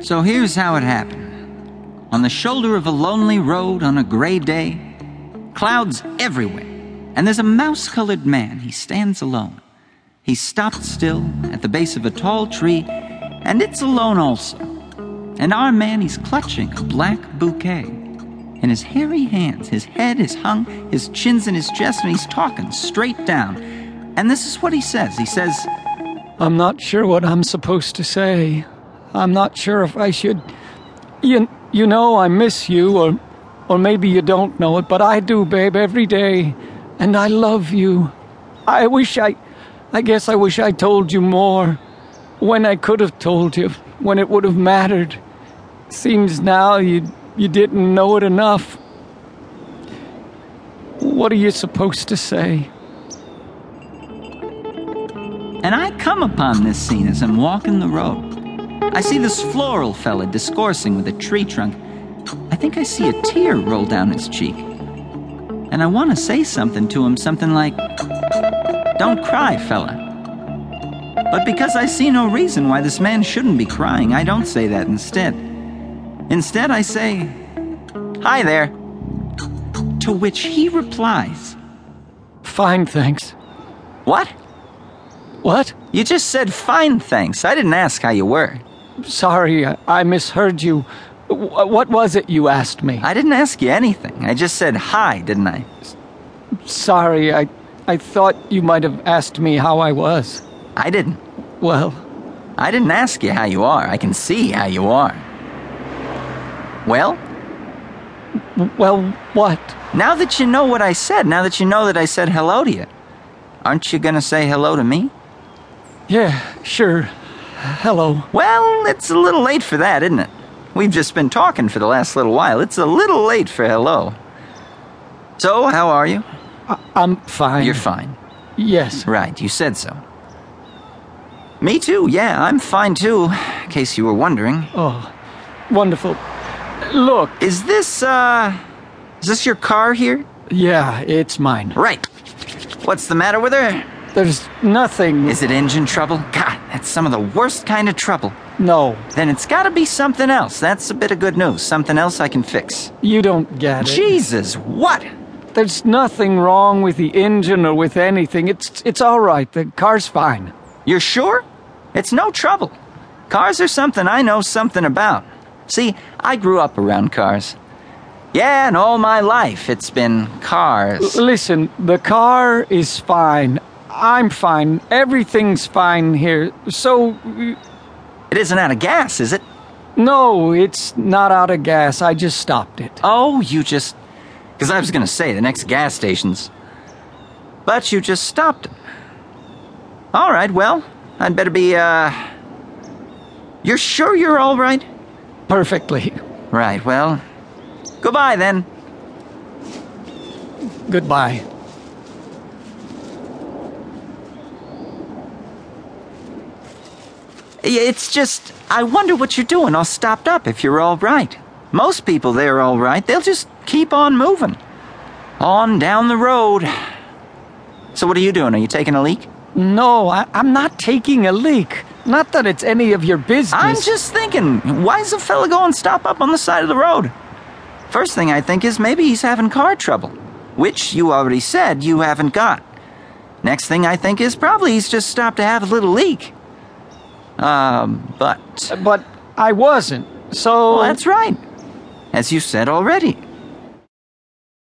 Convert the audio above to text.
So here's how it happened. On the shoulder of a lonely road on a gray day, clouds everywhere, and there's a mouse colored man. He stands alone. He stopped still at the base of a tall tree, and it's alone also. And our man, he's clutching a black bouquet. In his hairy hands, his head is hung, his chin's in his chest, and he's talking straight down. And this is what he says. He says, I'm not sure what I'm supposed to say. I'm not sure if I should. You, you know, I miss you, or, or maybe you don't know it, but I do, babe, every day. And I love you. I wish I. I guess I wish I told you more. When I could have told you, when it would have mattered. Seems now you, you didn't know it enough. What are you supposed to say? And I come upon this scene as I'm walking the road. I see this floral fella discoursing with a tree trunk. I think I see a tear roll down his cheek. And I want to say something to him, something like, Don't cry, fella. But because I see no reason why this man shouldn't be crying, I don't say that instead. Instead, I say, Hi there. To which he replies, Fine, thanks. What? What? You just said fine, thanks. I didn't ask how you were. Sorry, I- I misheard you. Wh- What was it you asked me? I didn't ask you anything. I just said hi, didn't I? Sorry, I, I thought you might have asked me how I was. I didn't. Well, I didn't ask you how you are. I can see how you are. Well, well, what? now that you know what I said, now that you know that I said hello to you, aren't you gonna say hello to me? Yeah, sure. Hello. Well, it's a little late for that, isn't it? We've just been talking for the last little while. It's a little late for hello. So, how are you? I'm fine. You're fine. Yes. Right, you said so. Me too, yeah, I'm fine too, in case you were wondering. Oh, wonderful. Look, Is this, uh. Is this your car here? yeah, it's mine. Right. What's the matter with her? There's nothing. Is it engine trouble? God, that's some of the worst kind of trouble. no, Then it's gotta be something else. That's a bit of good news. Something else I can fix. you don't get it. Jesus, what? There's nothing wrong with the engine or with anything. It's it's all right. The car's fine. You're sure? It's no trouble. Cars are something I know something about. See, I grew up around cars. Yeah, and all my life it's been cars. L- Listen, the car is fine. I'm fine. Everything's fine here. So y- It isn't out of gas, is it? no, it's not out of gas. I just stopped it. Oh, you just. Because I was going to say the next gas station's. But you just stopped it. All right, well, I'd better be, uh. You're sure you're all right? Perfectly. Right, well. Goodbye then. Goodbye. Y- It's just. I wonder what you're doing all stopped up if you're all right. Most people, they're all right. They'll just keep on moving. On down the road. So, what are you doing? Are you taking a leak? No, I, I'm not taking a leak. Not that it's any of your business. I'm just thinking, why is a fella going stop up on the side of the road? First thing I think is maybe he's having car trouble, which you already said you haven't got. Next thing I think is probably he's just stopped to have a little leak. Um, but. But I wasn't. So Well, that's right. As you said already,